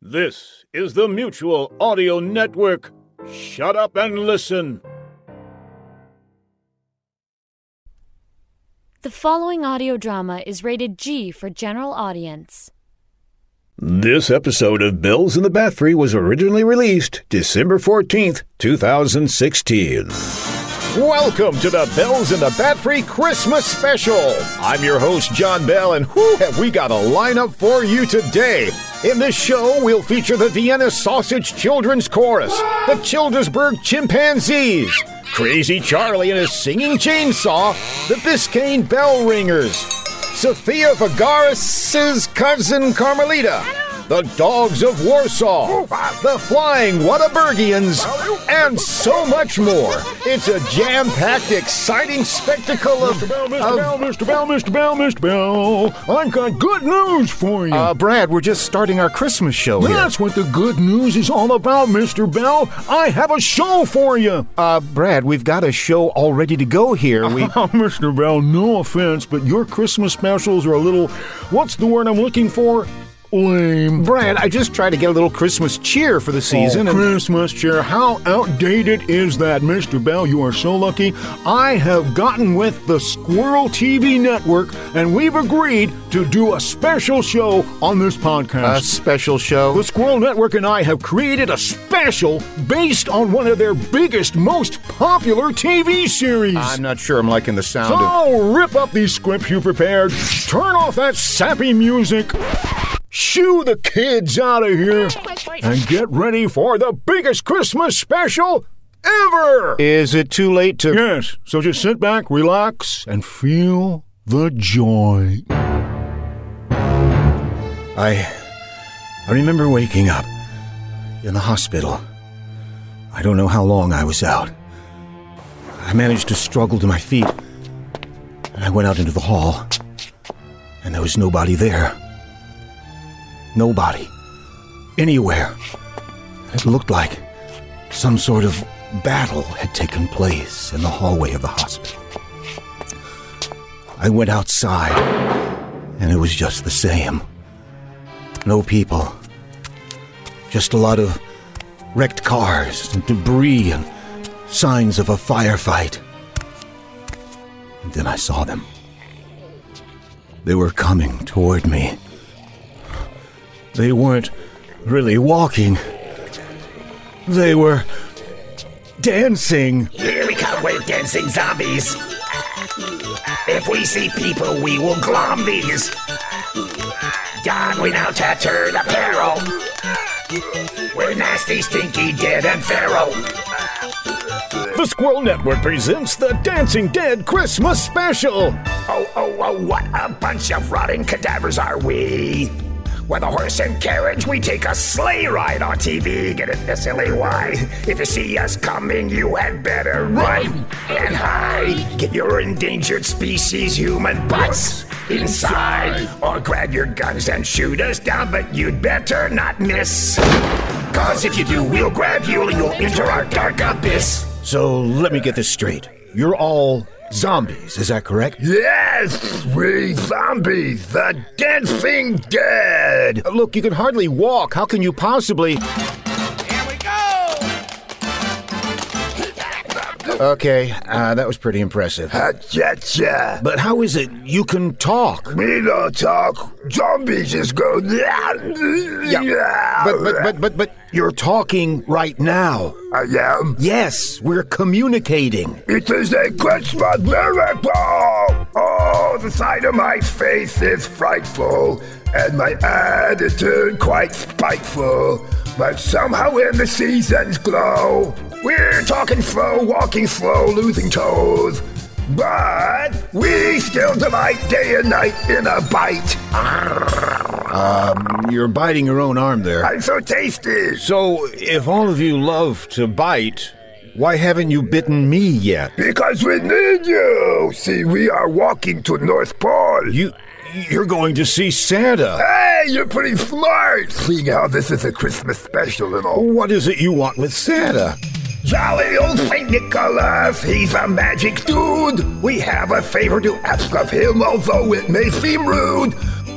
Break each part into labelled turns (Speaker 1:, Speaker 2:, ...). Speaker 1: This is the Mutual Audio Network. Shut up and listen.
Speaker 2: The following audio drama is rated G for general audience.
Speaker 1: This episode of Bills in the Bat Free was originally released December 14th, 2016. Welcome to the Bells in the Bat Free Christmas Special. I'm your host, John Bell, and who have we got a lineup for you today? In this show, we'll feature the Vienna Sausage Children's Chorus, the Childersburg Chimpanzees, Crazy Charlie and his singing chainsaw, the Biscayne Bell Ringers, Sophia Vergaris's cousin Carmelita, the Dogs of Warsaw, the Flying Whataburgians, and so much more. It's a jam-packed, exciting spectacle of...
Speaker 3: Mr. Bell, Mr.
Speaker 1: of-
Speaker 3: Bell, Mr. Bell, Mr. Bell, Mr. Bell. I've got good news for you.
Speaker 4: Uh, Brad, we're just starting our Christmas show
Speaker 1: oh,
Speaker 4: here.
Speaker 3: That's what the good news is all about, Mr. Bell. I have a show for you.
Speaker 4: Uh, Brad, we've got a show all ready to go here. We
Speaker 3: Oh, Mr. Bell, no offense, but your Christmas specials are a little. What's the word I'm looking for? Lame.
Speaker 4: Brad, I just try to get a little Christmas cheer for the season.
Speaker 3: Oh,
Speaker 4: and-
Speaker 3: Christmas cheer. How outdated is that, Mr. Bell? You are so lucky. I have gotten with the Squirrel TV network, and we've agreed to do a special show on this
Speaker 4: a
Speaker 3: podcast.
Speaker 4: special show.
Speaker 3: the Squirrel Network and I have created a special based on one of their biggest, most popular TV series.
Speaker 4: I'm not sure I'm liking the sound of.
Speaker 3: so rip up these scripts you prepared, turn off that sappy music, shoo the kids out of here, and get ready for the biggest Christmas special ever!
Speaker 4: Is it too late to?
Speaker 3: Yes, so just sit back, relax, and feel the joy.
Speaker 4: I, I remember waking up in the hospital. I don't know how long I was out. I managed to struggle to my feet. And I went out into the hall, and there was nobody there. Nobody. Anywhere. It looked like some sort of battle had taken place in the hallway of the hospital. I went outside, and it was just the same. No people. Just a lot of wrecked cars and debris and signs of a firefight. And then I saw them. They were coming toward me. They weren't really walking. They were dancing.
Speaker 5: Here we come, we're dancing zombies. If we see people, we will glom these. Don, we now tattered apparel. We're nasty, stinky, dead, and feral.
Speaker 3: The Squirrel Network presents the Dancing Dead Christmas Special.
Speaker 5: Oh, oh, oh, what a bunch of rotting cadavers are we! With a horse and carriage, we take a sleigh ride on TV. Get it, S L A Y. If you see us coming, you had better run and hide. Get your endangered species human butts inside, or grab your guns and shoot us down, but you'd better not miss. Cause if you do, we'll grab you and you'll enter our dark abyss.
Speaker 4: So let me get this straight. You're all zombies, is that correct?
Speaker 5: Yes, we zombies, the dancing dead.
Speaker 4: Look, you can hardly walk. How can you possibly. Okay, uh, that was pretty impressive.
Speaker 5: Hachacha.
Speaker 4: But how is it you can talk?
Speaker 5: We don't talk. Zombies just go.
Speaker 4: Yeah. But but but but but you're talking right now.
Speaker 5: I am.
Speaker 4: Yes, we're communicating.
Speaker 5: It is a Christmas miracle. Oh, the sight of my face is frightful, and my attitude quite spiteful. But somehow in the seasons glow, we're talking slow, walking slow, losing toes. But we still delight day and night in a bite.
Speaker 1: Um, you're biting your own arm there.
Speaker 5: I'm so tasty.
Speaker 3: So, Oh, if all of you love to bite, why haven't you bitten me yet?
Speaker 5: Because we need you. See, we are walking to North Pole.
Speaker 3: You, you're going to see Santa.
Speaker 5: Hey, you're pretty smart. Seeing how this is a Christmas special and all.
Speaker 3: What is it you want with Santa?
Speaker 5: Jolly old Saint Nicholas, he's a magic dude. We have a favor to ask of him, although it may seem rude.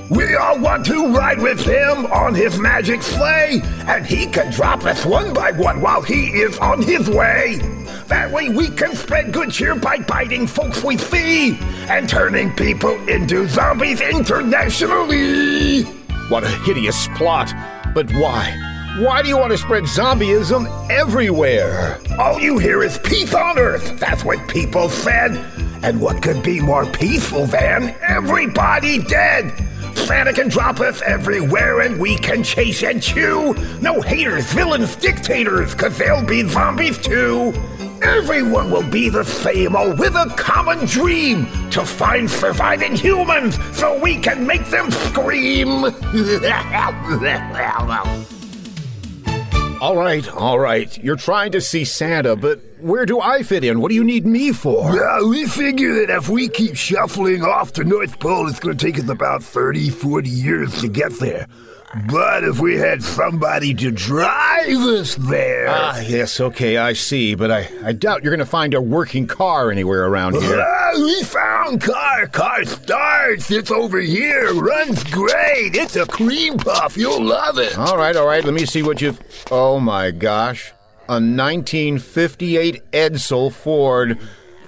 Speaker 5: We all want to ride with him on his magic sleigh, and he can drop us one by one while he is on his way. That way we can spread good cheer by biting folks we see and turning people into zombies internationally.
Speaker 3: What a hideous plot! But why? Why do you want to spread zombieism everywhere?
Speaker 5: All you hear is peace on earth. That's what people said. And what could be more peaceful than everybody dead? Santa can drop us everywhere and we can chase and chew. No haters, villains, dictators, cause they'll be zombies too. Everyone will be the same, all with a common dream to find surviving humans so we can make them scream.
Speaker 3: All right, all right. You're trying to see Santa, but where do I fit in? What do you need me for?
Speaker 5: Well, we figure that if we keep shuffling off to North Pole, it's going to take us about 30, 40 years to get there. But if we had somebody to drive us there.
Speaker 3: Ah, yes, okay, I see, but I, I doubt you're going to find a working car anywhere around here.
Speaker 5: Ah, we found car. Car starts. It's over here. Runs great. It's a cream puff. You'll love it.
Speaker 3: All right, all right. Let me see what you've. Oh my gosh. A 1958 Edsel Ford.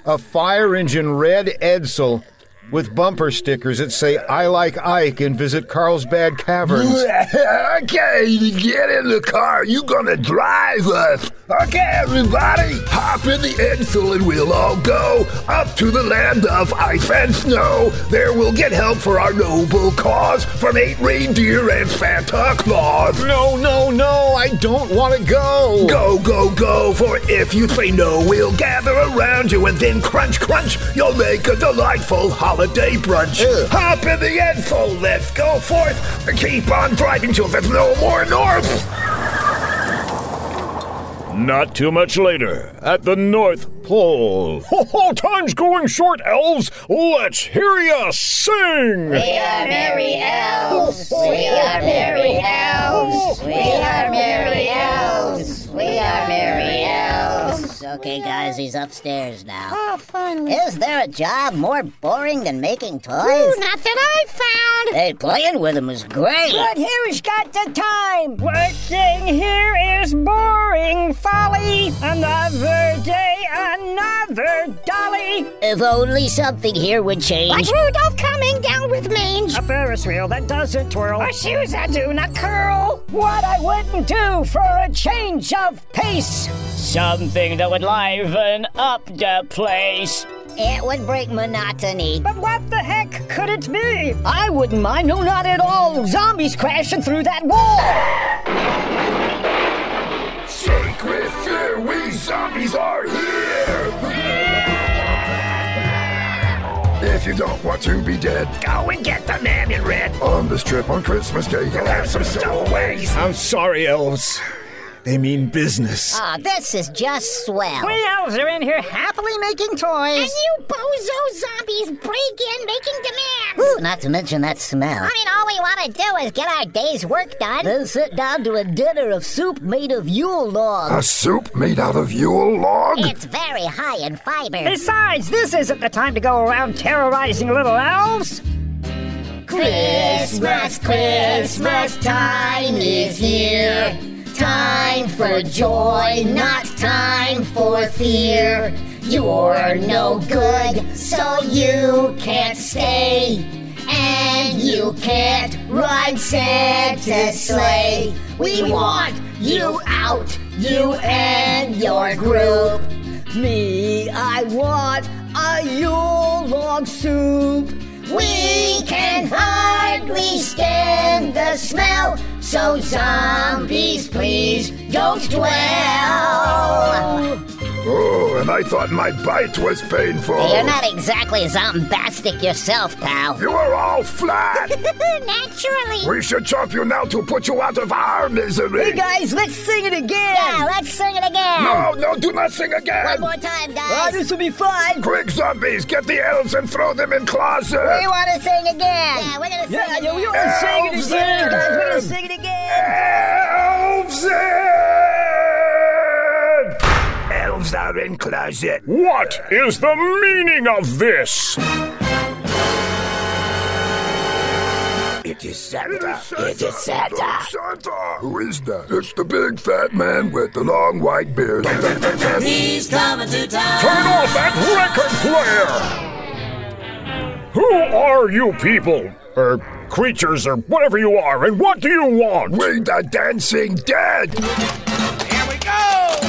Speaker 3: A fire engine red Edsel with bumper stickers that say, I like Ike and visit Carlsbad Caverns.
Speaker 5: okay, you get in the car. You gonna drive us. Okay, everybody, hop in the Edsel and we'll all go up to the land of ice and snow. There we'll get help for our noble cause from eight reindeer and Santa Claus.
Speaker 3: No, no, no, I don't want to go.
Speaker 5: Go, go, go, for if you say no, we'll gather around you and then crunch, crunch, you'll make a delightful holiday brunch.
Speaker 3: Ugh.
Speaker 5: Hop in the Edsel, let's go forth and keep on driving till there's no more north.
Speaker 3: Not too much later, at the North Pole. Oh, time's going short, elves. Let's hear ya sing.
Speaker 6: We are merry elves. We are merry elves. We are merry elves. We are merry elves. Okay, guys, he's upstairs now.
Speaker 7: Oh, finally.
Speaker 6: Is there a job more boring than making toys?
Speaker 7: Ooh, not that I found.
Speaker 6: Hey, playing with them is great.
Speaker 7: But here's got the time. Working here is boring folly. Another day, another dolly.
Speaker 6: If only something here would change.
Speaker 7: Like Rudolph coming down with mange. A Ferris wheel that doesn't twirl. Or shoes that do not curl. What I wouldn't do for a change of pace. Something that would liven up the place.
Speaker 6: It would break monotony.
Speaker 7: But what the heck could it be? I wouldn't mind. No, not at all. Zombies crashing through that wall.
Speaker 5: Sacred fear, we zombies are here! If you don't want to be dead, go and get the man in red. On this trip on Christmas Day, you'll have some stowaways.
Speaker 3: I'm sorry, elves. They mean business.
Speaker 6: Ah, this is just swell.
Speaker 7: We elves are in here happily making
Speaker 8: And
Speaker 7: toys.
Speaker 8: you bozo zombies break in making demands.
Speaker 6: Ooh, not to mention that smell.
Speaker 8: I mean, all we want to do is get our day's work done.
Speaker 6: Then sit down to a dinner of soup made of Yule logs.
Speaker 5: A soup made out of Yule log?
Speaker 8: It's very high in fiber.
Speaker 7: Besides, this isn't the time to go around terrorizing little elves.
Speaker 6: Christmas, Christmas time is here. Time for joy, not time for fear. You're no good, so you can't stay. And you can't ride Santa's sleigh. We want you out, you and your group. Me, I want a Yule log soup. We can hardly stand the smell, so zombies, please don't dwell.
Speaker 8: Oh, and I thought my bite was painful.
Speaker 9: You're not exactly zombastic yourself, pal.
Speaker 8: You are all flat.
Speaker 6: Naturally.
Speaker 8: we should chop you now to put you out of our misery.
Speaker 10: guys, let's sing it again.
Speaker 6: Yeah, let's sing it again.
Speaker 8: No, no, do not sing
Speaker 6: One
Speaker 8: again.
Speaker 6: more time,
Speaker 10: Oh,
Speaker 6: guys.
Speaker 10: this will be fun.
Speaker 8: Quick, zombies, get the elves and throw them in closet.
Speaker 6: We want to sing again. Yeah, we're gonna sing
Speaker 10: Yeah,
Speaker 6: again.
Speaker 10: yeah, we always sing it
Speaker 8: Elves
Speaker 10: again, guys. We're gonna
Speaker 8: in.
Speaker 10: sing it again.
Speaker 8: Elves in! Elves are in closet.
Speaker 1: What is the meaning of this?
Speaker 8: It is Santa.
Speaker 9: It is Santa.
Speaker 8: Santa. Who is that? It's the big fat man with the long white beard.
Speaker 3: He's coming to town.
Speaker 1: Turn off that record player! Who are you people? Or creatures, or whatever you are, and what do you want?
Speaker 8: We the dancing dead.
Speaker 3: Here we go.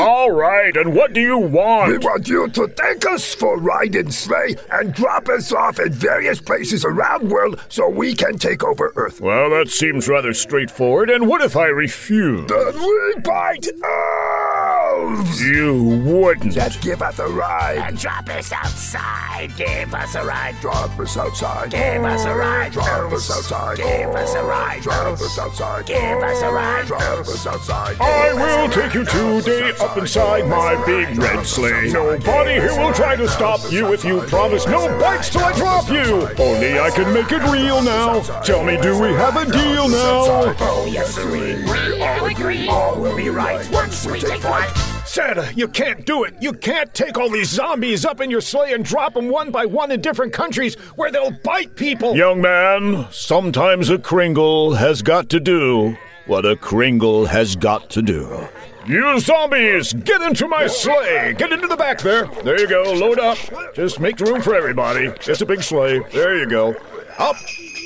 Speaker 1: All right, and what do you
Speaker 8: Oh. We
Speaker 1: want?
Speaker 8: want you to take us for ride in sleigh and drop us off at various places around world so we can take over Earth.
Speaker 1: Well, that seems rather straightforward, and what if I refuse?
Speaker 8: Then we bite elves.
Speaker 1: You wouldn't.
Speaker 8: Just give us a ride. And drop us outside. Give us a ride. Drop us outside. Give us a ride. Drop us outside. Give us a ride. Drop us outside. Give us a ride. Drop us outside.
Speaker 1: I will take you today up inside my big red sleigh. Nobody here will try to stop you if you promise no bites till I drop you. Only I can make it real now. Tell me, do we have a deal now?
Speaker 8: Oh, yes, we, we all agree. All will be right once we take flight.
Speaker 1: Santa, you can't do it. You can't take all these zombies up in your sleigh and drop them one by one in different countries where they'll bite people. Young man, sometimes a Kringle has got to do what a Kringle has got to do. You zombies, get into my sleigh. Get into the back there. There you go. Load up. Just make room for everybody. It's a big sleigh. There you go. Up,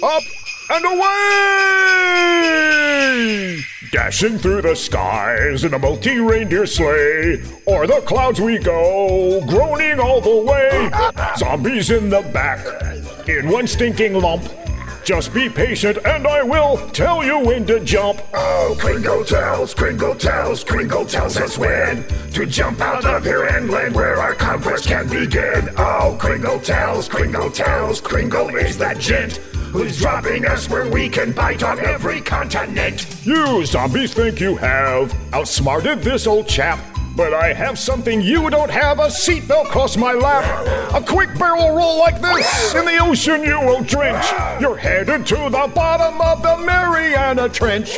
Speaker 1: up, and away! Dashing through the skies in a multi reindeer sleigh. O'er the clouds we go, groaning all the way. Zombies in the back, in one stinking lump. Just be patient and I will tell you when to jump.
Speaker 8: Oh, Kringle tells, Kringle tells, Kringle tells us when to jump out of here and land where our conquest can begin. Oh, Kringle tells, Kringle tells, Kringle is that gent who's dropping us where we can bite on every continent.
Speaker 1: You zombies think you have outsmarted this old chap, but I have something you don't have a seatbelt across my lap. A quick barrel roll like this, in the ocean you will drench. You're headed to the bottom of the Mariana Trench.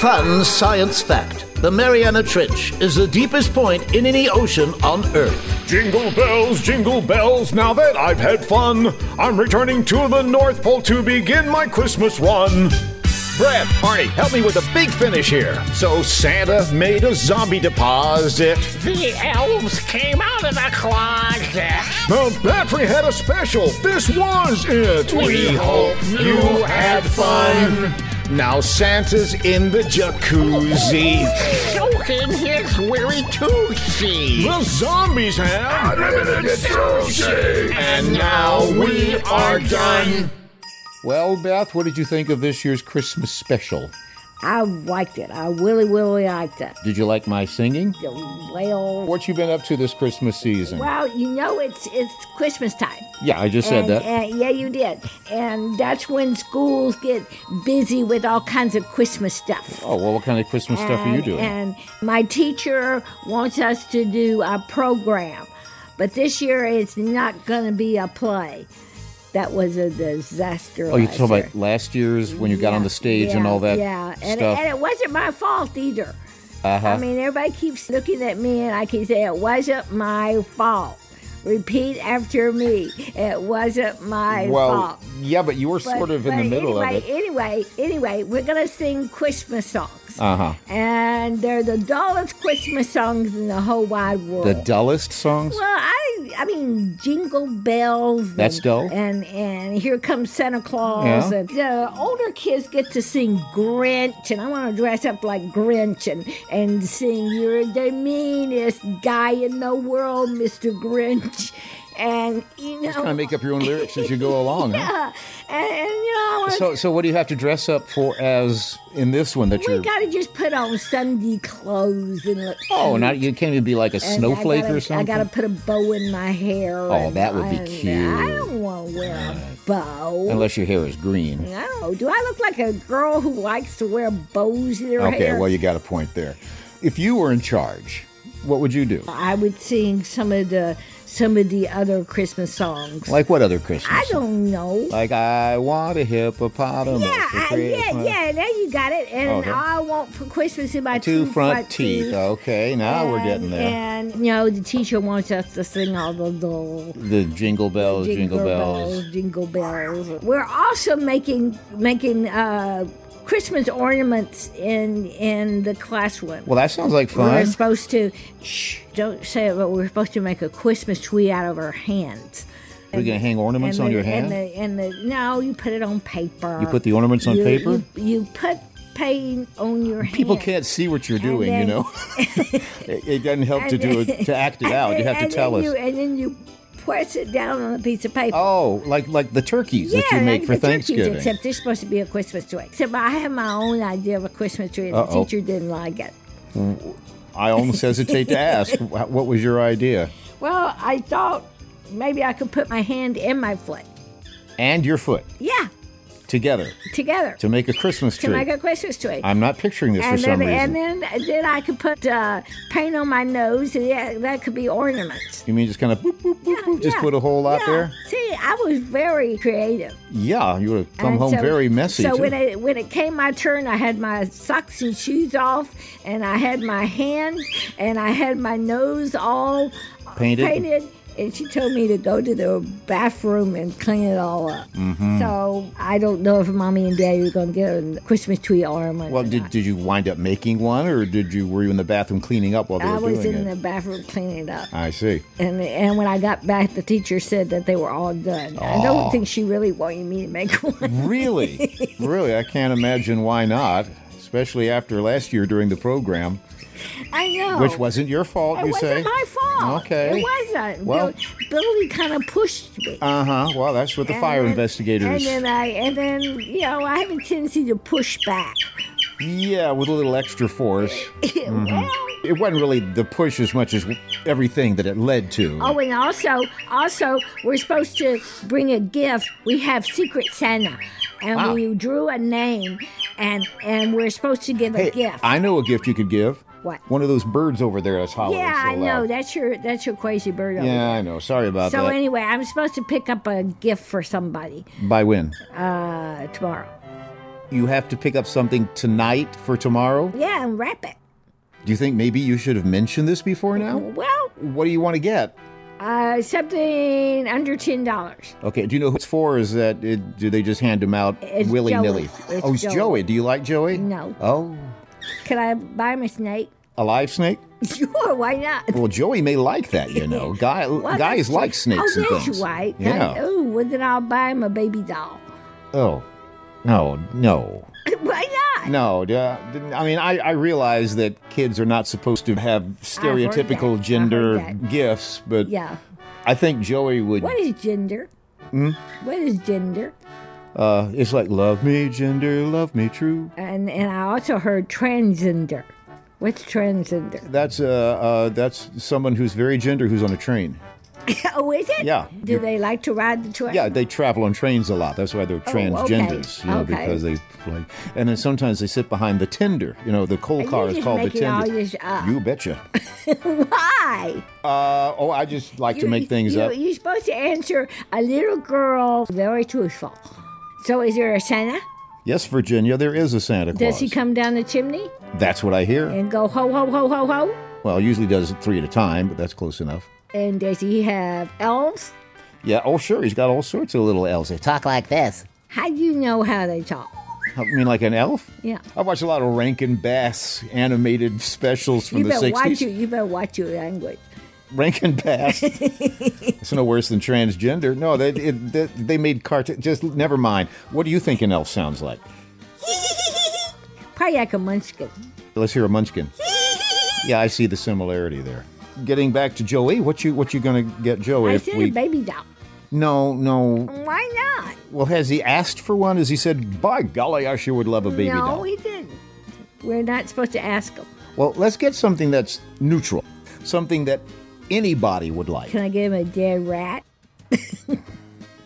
Speaker 5: Fun science fact. The Mariana Trench is the deepest point in any ocean on Earth.
Speaker 1: Jingle bells, jingle bells, now that I've had fun, I'm returning to the North Pole to begin my Christmas run.
Speaker 11: Brad, Arnie, help me with a big finish here.
Speaker 1: So Santa made a zombie deposit.
Speaker 10: The elves came out of the closet.
Speaker 1: Mount Battery had a special. This was it.
Speaker 10: We hope you had fun.
Speaker 1: Now Santa's in the jacuzzi.
Speaker 10: Soaking his weary tootsie.
Speaker 1: The zombies have. And now we are done.
Speaker 12: Well, Beth, what did you think of this year's Christmas special?
Speaker 6: I liked it. I really, really liked it.
Speaker 12: Did you like my singing?
Speaker 6: Well,
Speaker 12: What you been up to this Christmas season?
Speaker 6: well, you know it's it's Christmas time.
Speaker 12: Yeah, I just said
Speaker 6: and,
Speaker 12: that.
Speaker 6: and- uh, yeah, you did. And that's when schools get busy with all kinds of Christmas stuff.
Speaker 12: Oh, well, what kind of Christmas stuff are you
Speaker 6: and,
Speaker 12: doing?
Speaker 6: and my teacher wants us to do a program, but this year it's not going to be a play. That was a disaster.
Speaker 12: oh, you're
Speaker 6: last
Speaker 12: talking
Speaker 6: year.
Speaker 12: about last year's when you got on the stage and
Speaker 6: Yeah,
Speaker 12: all that
Speaker 6: Yeah, and,
Speaker 12: stuff?
Speaker 6: and it wasn't my fault either.
Speaker 12: uh-huh.
Speaker 6: I mean, everybody keeps looking at me, and I keep saying, It wasn't my fault. Repeat after me. It wasn't my
Speaker 12: well,
Speaker 6: fault.
Speaker 12: Oh, yeah, but you were
Speaker 6: But-
Speaker 12: sort of in
Speaker 6: but
Speaker 12: the middle
Speaker 6: anyway,
Speaker 12: of it.
Speaker 6: Anyway, anyway, we're going to sing Christmas songs.
Speaker 12: Uh-huh.
Speaker 6: And they're the dullest Christmas songs in the whole wide world.
Speaker 12: The dullest songs?
Speaker 6: well, I I mean Jingle Bells.
Speaker 12: That's
Speaker 6: and,
Speaker 12: dull.
Speaker 6: And and Here Comes Santa Claus.
Speaker 12: Yeah.
Speaker 6: And the older kids get to sing Grinch, and I want to dress up like Grinch and and sing "You're the meanest guy in the world, Mr. Grinch," and you know.
Speaker 12: Kind of make up your own lyrics as you go along. huh?
Speaker 6: Yeah, and, and, you know, I want
Speaker 12: so, so what do you have to dress up for as in this one that
Speaker 6: we
Speaker 12: you're?
Speaker 6: gotta just put on Sunday clothes and look.
Speaker 12: Oh,
Speaker 6: cute.
Speaker 12: not you can't even be like a
Speaker 6: And I
Speaker 12: snowflake
Speaker 6: gotta-
Speaker 12: or something.
Speaker 6: I gotta put a bow in my hair.
Speaker 12: Oh,
Speaker 6: and
Speaker 12: that would be
Speaker 6: I-
Speaker 12: cute.
Speaker 6: I don't want to wear a bow.
Speaker 12: Unless your hair is green.
Speaker 6: No, Oh, do I look like a girl who likes to wear bows in her
Speaker 12: Okay,
Speaker 6: hair?
Speaker 12: well you got a point there. If you were in charge, what would you do?
Speaker 6: I would sing some of the some of the other Christmas songs.
Speaker 12: Like what other Christmas?
Speaker 6: I don't know.
Speaker 12: Like I want a hippopotamus.
Speaker 6: yeah,
Speaker 12: for
Speaker 6: I, yeah,
Speaker 12: Christmas.
Speaker 6: yeah. There you got it. And
Speaker 12: Okay.
Speaker 6: all I want for Christmas is my
Speaker 12: Two front teeth. Okay, now we're getting there.
Speaker 6: And you know, the teacher wants us to sing all the little
Speaker 12: The jingle bells, jingle, bells.
Speaker 6: jingle bells. We're also making making uh, Christmas ornaments in in the classroom.
Speaker 12: Well, that sounds like
Speaker 6: We're
Speaker 12: fun.
Speaker 6: supposed to shh, don't say it, but we're supposed to make a Christmas tree out of our hands.
Speaker 12: We're gonna hang ornaments
Speaker 6: And
Speaker 12: on
Speaker 6: the-
Speaker 12: your hand.
Speaker 6: And the, and the no, you put it on paper.
Speaker 12: You put the ornaments on
Speaker 6: You-
Speaker 12: paper?
Speaker 6: You, you put paint on your hand.
Speaker 12: People can't see what you're doing, you
Speaker 6: then-
Speaker 12: know. it, it doesn't help to
Speaker 6: And
Speaker 12: do
Speaker 6: then-
Speaker 12: it, to act it out. You have to
Speaker 6: and
Speaker 12: tell
Speaker 6: then
Speaker 12: us.
Speaker 6: you- and then you press it down on a piece of paper.
Speaker 12: Oh, like like the turkeys that you make
Speaker 6: like
Speaker 12: for
Speaker 6: the turkeys,
Speaker 12: Thanksgiving.
Speaker 6: except they're supposed to be a Christmas tree. Except I had my own idea of a Christmas tree, and
Speaker 12: Uh-oh.
Speaker 6: the teacher didn't like it.
Speaker 12: I almost hesitate to ask. wh- What was your idea?
Speaker 6: Well, I thought maybe I could put my hand and my foot.
Speaker 12: And your foot
Speaker 6: Yeah,
Speaker 12: together
Speaker 6: together
Speaker 12: to make a Christmas
Speaker 6: to
Speaker 12: tree.
Speaker 6: make a Christmas tree.
Speaker 12: I'm not picturing this
Speaker 6: and
Speaker 12: for
Speaker 6: then,
Speaker 12: some reason.
Speaker 6: and then, and then I could put uh, paint on my nose, and yeah, that could be ornaments.
Speaker 12: you mean just kind of boop boop boop boop? Just
Speaker 6: yeah,
Speaker 12: put a hole out
Speaker 6: yeah.
Speaker 12: there.
Speaker 6: See, I was very creative.
Speaker 12: Yeah, you would have come
Speaker 6: And
Speaker 12: home
Speaker 6: so-
Speaker 12: very messy.
Speaker 6: So
Speaker 12: too.
Speaker 6: when it when it came my turn, I had my socks and shoes off, and I had my hands and I had my nose all
Speaker 12: Painted.
Speaker 6: painted. And she told me to go to the bathroom and clean it all up.
Speaker 12: Mhm.
Speaker 6: So I don't know if mommy and daddy are going to get a Christmas tree arm. Or
Speaker 12: well,
Speaker 6: not.
Speaker 12: did, did you wind up making one, or did you were you in the bathroom cleaning up while they
Speaker 6: I
Speaker 12: were
Speaker 6: was
Speaker 12: doing
Speaker 6: in
Speaker 12: it?
Speaker 6: the bathroom cleaning it up.
Speaker 12: I see.
Speaker 6: And, and when I got back, the teacher said that they were all done. I
Speaker 12: Aw. Mm-hmm.
Speaker 6: don't think she really wanted me to make one.
Speaker 12: Really? really, I can't imagine why not, especially after last year during the program,
Speaker 6: I know.
Speaker 12: which wasn't your fault,
Speaker 6: Oh. It
Speaker 12: you
Speaker 6: wasn't
Speaker 12: say?
Speaker 6: my fault.
Speaker 12: Okay.
Speaker 6: It wasn't.
Speaker 12: Well-
Speaker 6: Bill, Billy kind of pushed me.
Speaker 12: Uh huh. Well, that's what the
Speaker 6: And
Speaker 12: fire
Speaker 6: then-
Speaker 12: investigators.
Speaker 6: And then I, and then you know, I have a tendency to push back.
Speaker 12: yeah, with a little extra force. Mhm. It wasn't really the push as much as everything that it led to.
Speaker 6: Oh, and also, also, we're supposed to bring a gift. We have Secret Santa, and
Speaker 12: Wow.
Speaker 6: we drew a name, and and we're supposed to give a gift.
Speaker 12: I know a gift you could give.
Speaker 6: What?
Speaker 12: One of those birds over there that's hollering
Speaker 6: yeah,
Speaker 12: so
Speaker 6: I know.
Speaker 12: loud.
Speaker 6: That's your that's your crazy bird. over
Speaker 12: Yeah, I know. Sorry
Speaker 6: there.
Speaker 12: about
Speaker 6: So
Speaker 12: that.
Speaker 6: anyway, I'm supposed to pick up a gift for somebody
Speaker 12: By when?
Speaker 6: uh, tomorrow.
Speaker 12: You have to pick up something tonight for tomorrow?
Speaker 6: Yeah, and wrap it.
Speaker 12: Do you think maybe you should have mentioned this before now?
Speaker 6: Well,
Speaker 12: What do you want to get?
Speaker 6: uh, something under ten dollars.
Speaker 12: Okay, do you know who it's for? Is that it, do they just hand them out
Speaker 6: It's
Speaker 12: willy nilly?
Speaker 6: Joey. It's
Speaker 12: Oh, it's Joey.
Speaker 6: Joey.
Speaker 12: Do you like Joey?
Speaker 6: No.
Speaker 12: Oh,
Speaker 6: Can I buy him a snake?
Speaker 12: a live snake?
Speaker 6: Sure, why not?
Speaker 12: Well, Joey may like that, you know. Guy,
Speaker 6: Well,
Speaker 12: guys
Speaker 6: that's-
Speaker 12: like snakes
Speaker 6: oh,
Speaker 12: and
Speaker 6: that's
Speaker 12: things.
Speaker 6: right.
Speaker 12: Yeah.
Speaker 6: I, oh, well then I'll buy him a baby doll.
Speaker 12: Oh, no, no,
Speaker 6: why not?
Speaker 12: no. duh. I mean, I, I realize that kids are not supposed to have stereotypical
Speaker 6: that.
Speaker 12: gender
Speaker 6: I heard
Speaker 12: gifts, but
Speaker 6: Yeah.
Speaker 12: I think Joey would.
Speaker 6: What is gender?
Speaker 12: Hmm?
Speaker 6: What is gender?
Speaker 12: Uh, it's like love me, gender, love me, true.
Speaker 6: And and I also heard transgender. What's transgender?
Speaker 12: That's uh, uh, that's someone who's very gender who's on a train.
Speaker 6: oh, is it?
Speaker 12: Yeah.
Speaker 6: Do they like to ride the train?
Speaker 12: Yeah, they travel on trains a lot. That's why they're transgenders, you know,
Speaker 6: Oh, Okay.
Speaker 12: because they like. And then sometimes they sit behind the tender. You know, the coal
Speaker 6: You're
Speaker 12: car is
Speaker 6: just
Speaker 12: called the
Speaker 6: making all
Speaker 12: tender.
Speaker 6: this up.
Speaker 12: You betcha.
Speaker 6: Why?
Speaker 12: Uh, oh, I just like to make things
Speaker 6: you,
Speaker 12: up.
Speaker 6: You're supposed to answer a little girl very truthful. So is there a Santa?
Speaker 12: Yes, Virginia, there is a Santa Claus.
Speaker 6: Does he come down the chimney
Speaker 12: That's what I hear.
Speaker 6: and go ho ho ho ho ho?
Speaker 12: Well, usually does it three at a time, but that's close enough.
Speaker 6: And does he have elves?
Speaker 12: Yeah. Oh, sure. He's got all sorts of little elves. They talk like this.
Speaker 6: How do you know how they talk?
Speaker 12: I mean, like an elf.
Speaker 6: Yeah.
Speaker 12: I watch a lot of Rankin Bass animated specials from
Speaker 6: you
Speaker 12: the
Speaker 6: better watch
Speaker 12: '60s.
Speaker 6: your you better watch your language.
Speaker 12: Rankin Bass. it's no worse than transgender. No, they it, they, they made cartoon. Just never mind. What do you think an elf sounds like?
Speaker 6: Probably like a munchkin.
Speaker 12: Let's hear a Munchkin. Yeah, I see the similarity there. Getting back to Joey, what you what you gonna get Joey?
Speaker 6: I
Speaker 12: if
Speaker 6: said
Speaker 12: we
Speaker 6: a baby doll.
Speaker 12: no no
Speaker 6: Why not?
Speaker 12: Well, has he asked for one? Has he said, by golly, I sure would love a baby
Speaker 6: no,
Speaker 12: doll?
Speaker 6: he didn't. We're not supposed to ask him.
Speaker 12: Well, let's get something that's neutral, something that anybody would like.
Speaker 6: Can I get him a dead rat?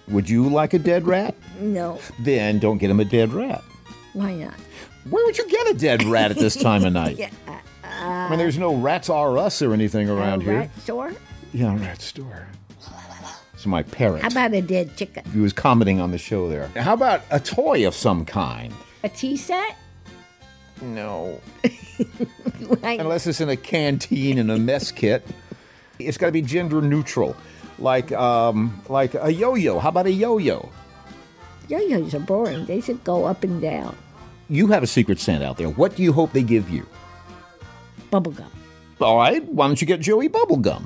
Speaker 12: Would you like a dead rat?
Speaker 6: No.
Speaker 12: Then don't get him a dead rat.
Speaker 6: Why not?
Speaker 12: Where would you get a dead rat at this time of night?
Speaker 6: Yeah, Oh, uh,
Speaker 12: I mean, there's no Rats R Us or anything around here.
Speaker 6: rat store.
Speaker 12: Yeah, rat store. It's my parrot.
Speaker 6: How about a dead chicken?
Speaker 12: he was commenting on the show there. How about a toy of some kind?
Speaker 6: A tea set?
Speaker 12: No. Unless it's in a canteen and a mess kit. It's got to be gender neutral. Like um like a yo-yo. How about a yo-yo?
Speaker 6: Yo-yos are boring. They should go up and down.
Speaker 12: You have a secret Santa out there. What do you hope they give you?
Speaker 6: Bubblegum.
Speaker 12: All right, why don't you get Joey bubblegum?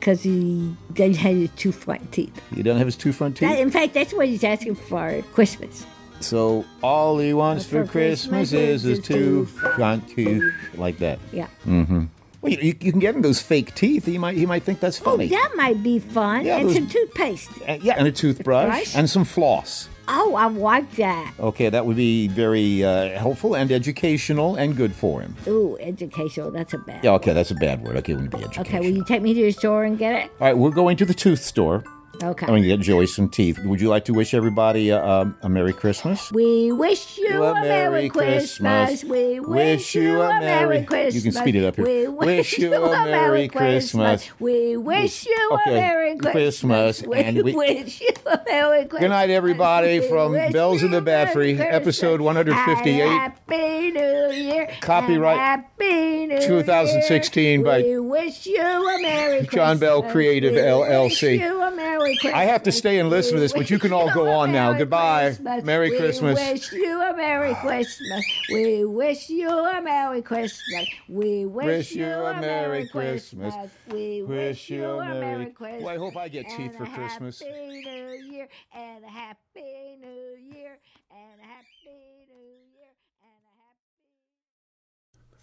Speaker 6: Because he they had his two front teeth.
Speaker 12: He doesn't have his two front teeth.
Speaker 6: That, in fact, that's what he's asking for Christmas.
Speaker 12: So all he wants for, Christmas, is his two front teeth, like that.
Speaker 6: Yeah.
Speaker 12: Mm-hmm. Well, you, you, you can get him those fake teeth. He might he might think that's funny.
Speaker 6: That might be fun.
Speaker 12: Yeah,
Speaker 6: and
Speaker 12: those-
Speaker 6: some toothpaste.
Speaker 12: Uh, Oh, yeah, and a toothbrush
Speaker 6: Brush?
Speaker 12: and some floss.
Speaker 6: Oh, I like that.
Speaker 12: Okay, that would be very uh, helpful and educational and good for him.
Speaker 6: Ooh, educational. That's a bad.
Speaker 12: Yeah, okay, that's a bad word. Okay, it wouldn't be
Speaker 6: Okay,
Speaker 12: educational.
Speaker 6: will you take me to the store and get it?
Speaker 12: All right, we're going to the tooth store.
Speaker 6: Okay.
Speaker 12: I'm going to get Joey some teeth. Would you like to wish everybody a, um, a Merry Christmas?
Speaker 6: We wish you
Speaker 12: Well,
Speaker 6: a Merry,
Speaker 12: Merry
Speaker 6: Christmas.
Speaker 12: Christmas.
Speaker 6: We wish you a Merry Christmas.
Speaker 12: You can speed it up here.
Speaker 6: We wish you a Merry Christmas. We wish you a
Speaker 12: Okay,
Speaker 6: Merry
Speaker 12: Christmas,
Speaker 6: Christmas.
Speaker 12: and we-
Speaker 6: We wish you a Merry Christmas.
Speaker 12: Good night, everybody,
Speaker 6: We
Speaker 12: from
Speaker 6: wish
Speaker 12: Bells in
Speaker 6: you
Speaker 12: the
Speaker 6: a Merry
Speaker 12: Battery,
Speaker 6: Christmas.
Speaker 12: episode
Speaker 6: And
Speaker 12: 158.
Speaker 6: Happy New Year. and
Speaker 12: Copyright
Speaker 6: Happy New
Speaker 12: 2016
Speaker 6: Year.
Speaker 12: by
Speaker 6: We wish you a Merry
Speaker 12: John Bell
Speaker 6: Christmas.
Speaker 12: Creative
Speaker 6: We
Speaker 12: LLC.
Speaker 6: Wish you a Merry Christmas.
Speaker 12: I have to stay and listen to this, but you can all go on now. Goodbye. Merry
Speaker 6: we
Speaker 12: Christmas.
Speaker 6: wish you a Merry Christmas. We wish you a Merry Christmas. We wish,
Speaker 12: Wish you a Merry
Speaker 6: Christmas.
Speaker 12: Christmas.
Speaker 6: We
Speaker 12: Wish you a Merry
Speaker 6: Christmas.
Speaker 12: Well, I hope I get teeth for
Speaker 6: and a
Speaker 12: Christmas.
Speaker 6: Happy New Year and a Happy New Year and a Happy New Year.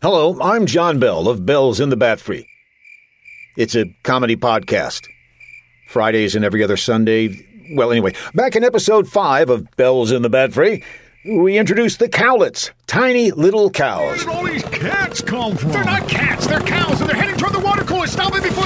Speaker 1: Hello, I'm John Bell of Bells in the Bat Free. It's a comedy podcast. Fridays and every other Sunday. Well, anyway, back in episode 5 of Bells in the Bat Free, we introduced the cowlets, tiny little cows.
Speaker 3: all these cats come from?
Speaker 13: They're not cats, they're cows, and they're heading toward the water cooler. Stop it before.